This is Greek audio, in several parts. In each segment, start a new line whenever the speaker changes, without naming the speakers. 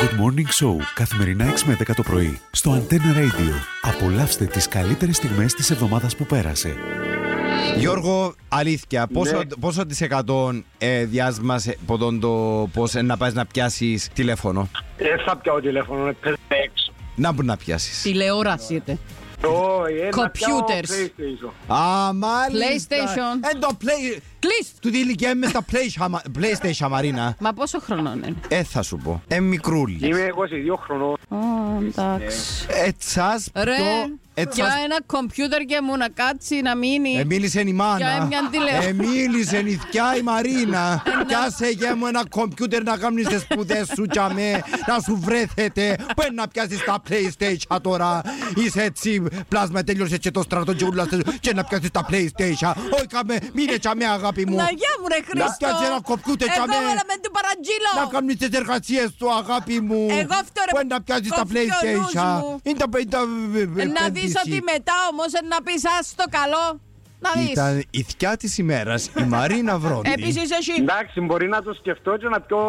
Good Morning Show καθημερινά 6 με 10 το πρωί στο Antenna Radio. Απολαύστε τις καλύτερες στιγμές της εβδομάδας που πέρασε.
Γιώργο, αλήθεια, πόσο,
Ναι.
πόσο της εκατόν ε, διάσμα σε- ποτόν το πώς ε, να πας να πιάσεις τηλέφωνο.
Δεν Ε, θα πιάω τηλέφωνο, είναι πέντε έξω.
Να μπορεί να πιάσεις.
Τηλεόραση είτε.
Όχι, ε, να πιάω
Computers.
PlayStation.
Α, μάλιστα.
PlayStation.
Εν το play...
Κλειστ!
Του τη ηλικία με στα PlayStation, PlayStation Μαρίνα.
Μα πόσο χρονών είναι.
Ε, θα σου πω. Ε, μικρούλι.
Είμαι 22 χρονών.
Ω, εντάξει.
Ετσάς το...
Ρε, για
Ετσάς...
ένα κομπιούτερ και μου να κάτσει να μείνει.
Ε, μίλησε η μάνα.
Για μια τηλεόραση.
Ε, μίλησε η θκιά η Μαρίνα. Πιάσε για μου ένα κομπιούτερ να κάνεις τις σπουδές σου τσαμέ. Να σου βρέθετε. Πού είναι να πιάσεις τα PlayStation τώρα. Είσαι έτσι πλάσμα τέλειωσε και το στρατό και ούλας στέλνει. Και να πιάσεις τα PlayStation. Όχι καμε. Μείνε τσαμέ αγάπη μου.
Να γεια μου ρε Χρήστο.
πιάσεις ένα κομπιούτερ,
Εγώ
τσαμέ.
βάλα με του παραγγείλω.
Να κάνεις τις εργασίες σου αγάπη μου.
Εγώ αυτό, ρε,
Πού είναι να πιάσεις τα
κοφιονούς
PlayStation.
μου.
Είναι τα ε,
Να δεις ότι μετά όμως ε, να πεις ας το καλό. Να δεις.
Ήταν η θκιά της ημέρας η Μαρίνα Βρόνη.
Επίσης εσύ.
Εντάξει, μπορεί να το σκεφτώ και να πιω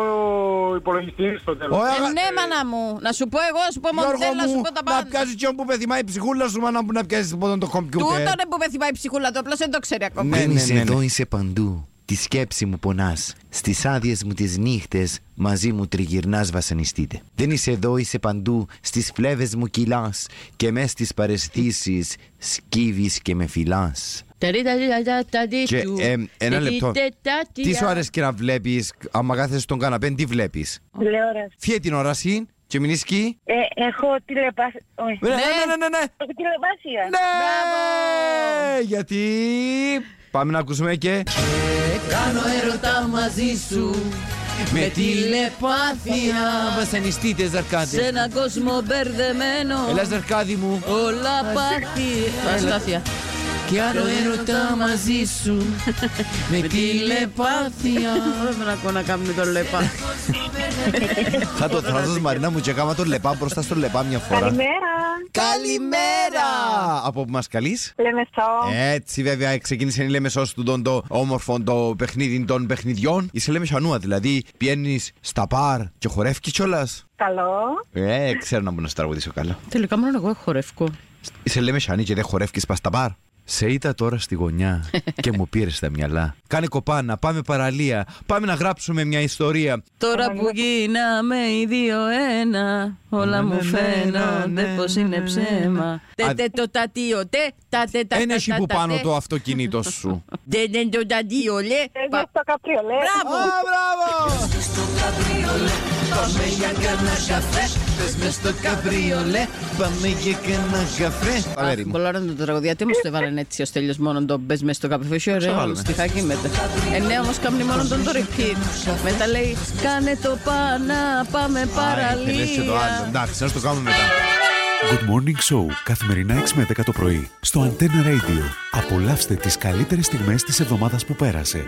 υπολογιστή στο τέλος.
Ωραία,
Ε, ναι, μάνα μου. Να σου πω εγώ, να σου πω
Γιώργο
μοντέλα, να σου
μου,
πω τα
να
πάντα.
πιάσεις και που πεθυμάει η ψυχούλα σου, μάνα μου να πιάσεις από το
Τούτο
κομπιούτερ.
είναι που με θυμάει η ψυχούλα του, απλώς δεν το ξέρει ακόμα.
Ναι,
Δεν
ναι,
είσαι
ναι,
εδώ,
ναι.
είσαι παντού. Τη σκέψη μου πονάς. Στις άδειες μου τις νύχτες, μαζί μου τριγυρνάς βασανιστείτε. Δεν είσαι εδώ, είσαι παντού. Στις φλέβες μου κυλάς και μες στις παρεστήσεις σκύβεις και με φυλάς.
Και ε, ένα λεπτό. Τι σου αρέσει να βλέπεις, άμα κάθεσαι στον καναπέ, τι βλέπεις.
Τηλεόραση.
Φύγε την όραση και μην ισχύει.
Ε, έχω τηλεπα... όχι.
Ναι, ναι, ναι, ναι, ναι.
Έχω τηλεπάσια.
Ναι, γιατί... Πάμε να ακούσουμε και...
Ε, Κάνω έρωτα μαζί σου
Με
τηλεπάθεια
βασανιστείτε, Ζαρκάδε.
έναν κόσμο μπερδεμένο
Έλα, Ζαρκάδη μου.
Όλα πάθη Αστάθεια
Και άλλο
Έρωτα μαζί σου
με
τηλεπάθεια Δεν ακούω να κάνουμε τον λεπά
Θα το θράσω Μαρινά μου και κάμα τον λεπά μπροστά στον λεπά μια φορά.
Καλημέρα.
Καλημέρα! Από που μας καλείς?
Λέμε
Ε.
στο.
Έτσι βέβαια ξεκίνησε η Λέμεσος του τον το όμορφο το παιχνίδι των παιχνιδιών. Είσαι Λέμεσανούα δηλαδή πιένεις στα παρ και χορεύκεις κιόλας.
Καλό.
Ε, ξέρω να μου να στραγουδήσω καλά.
Τελικά μόνο εγώ χορεύκω
Είσαι Λέμεσανή και δεν χορεύκεις πας στα παρ. Σε είδα τώρα στη γωνιά και μου πήρες τα μυαλά. Κάνε κοπάνα, πάμε παραλία, πάμε να γράψουμε μια ιστορία.
Τώρα που γίναμε οι δύο ένα Όλα μου φαίνονται πως είναι ψέμα
Α,
Τε τε το τατίο τε τα τε τα
Ένα
τα,
έχει
τα,
που
τα,
πάνω
τε.
το αυτοκίνητό σου.
Τε τε το τατίο λε
Εγώ
Πα-
στο καπριολέ.
Α,
Μπράβο
μπράβο! Βαλέρη μου.
Πολλά ώρα το τραγουδία, τι μου το έβαλαν έτσι ω τέλειο μόνο το μπε μέσα στο καπεφέσιο, ρε,
βάλαμε.
στιχάκι μετά. Ε, ναι, όμως κάνει μόνο τον το repeat. Μετά λέει, κάνε το πάνα, πάμε
Α, λες και το άλλο.
παραλία.
Εντάξει, να το κάνουμε μετά.
Good Morning Show καθημερινά 6 με 10 το πρωί στο Antenna Radio. Απολαύστε τις καλύτερες στιγμές της εβδομάδας που πέρασε.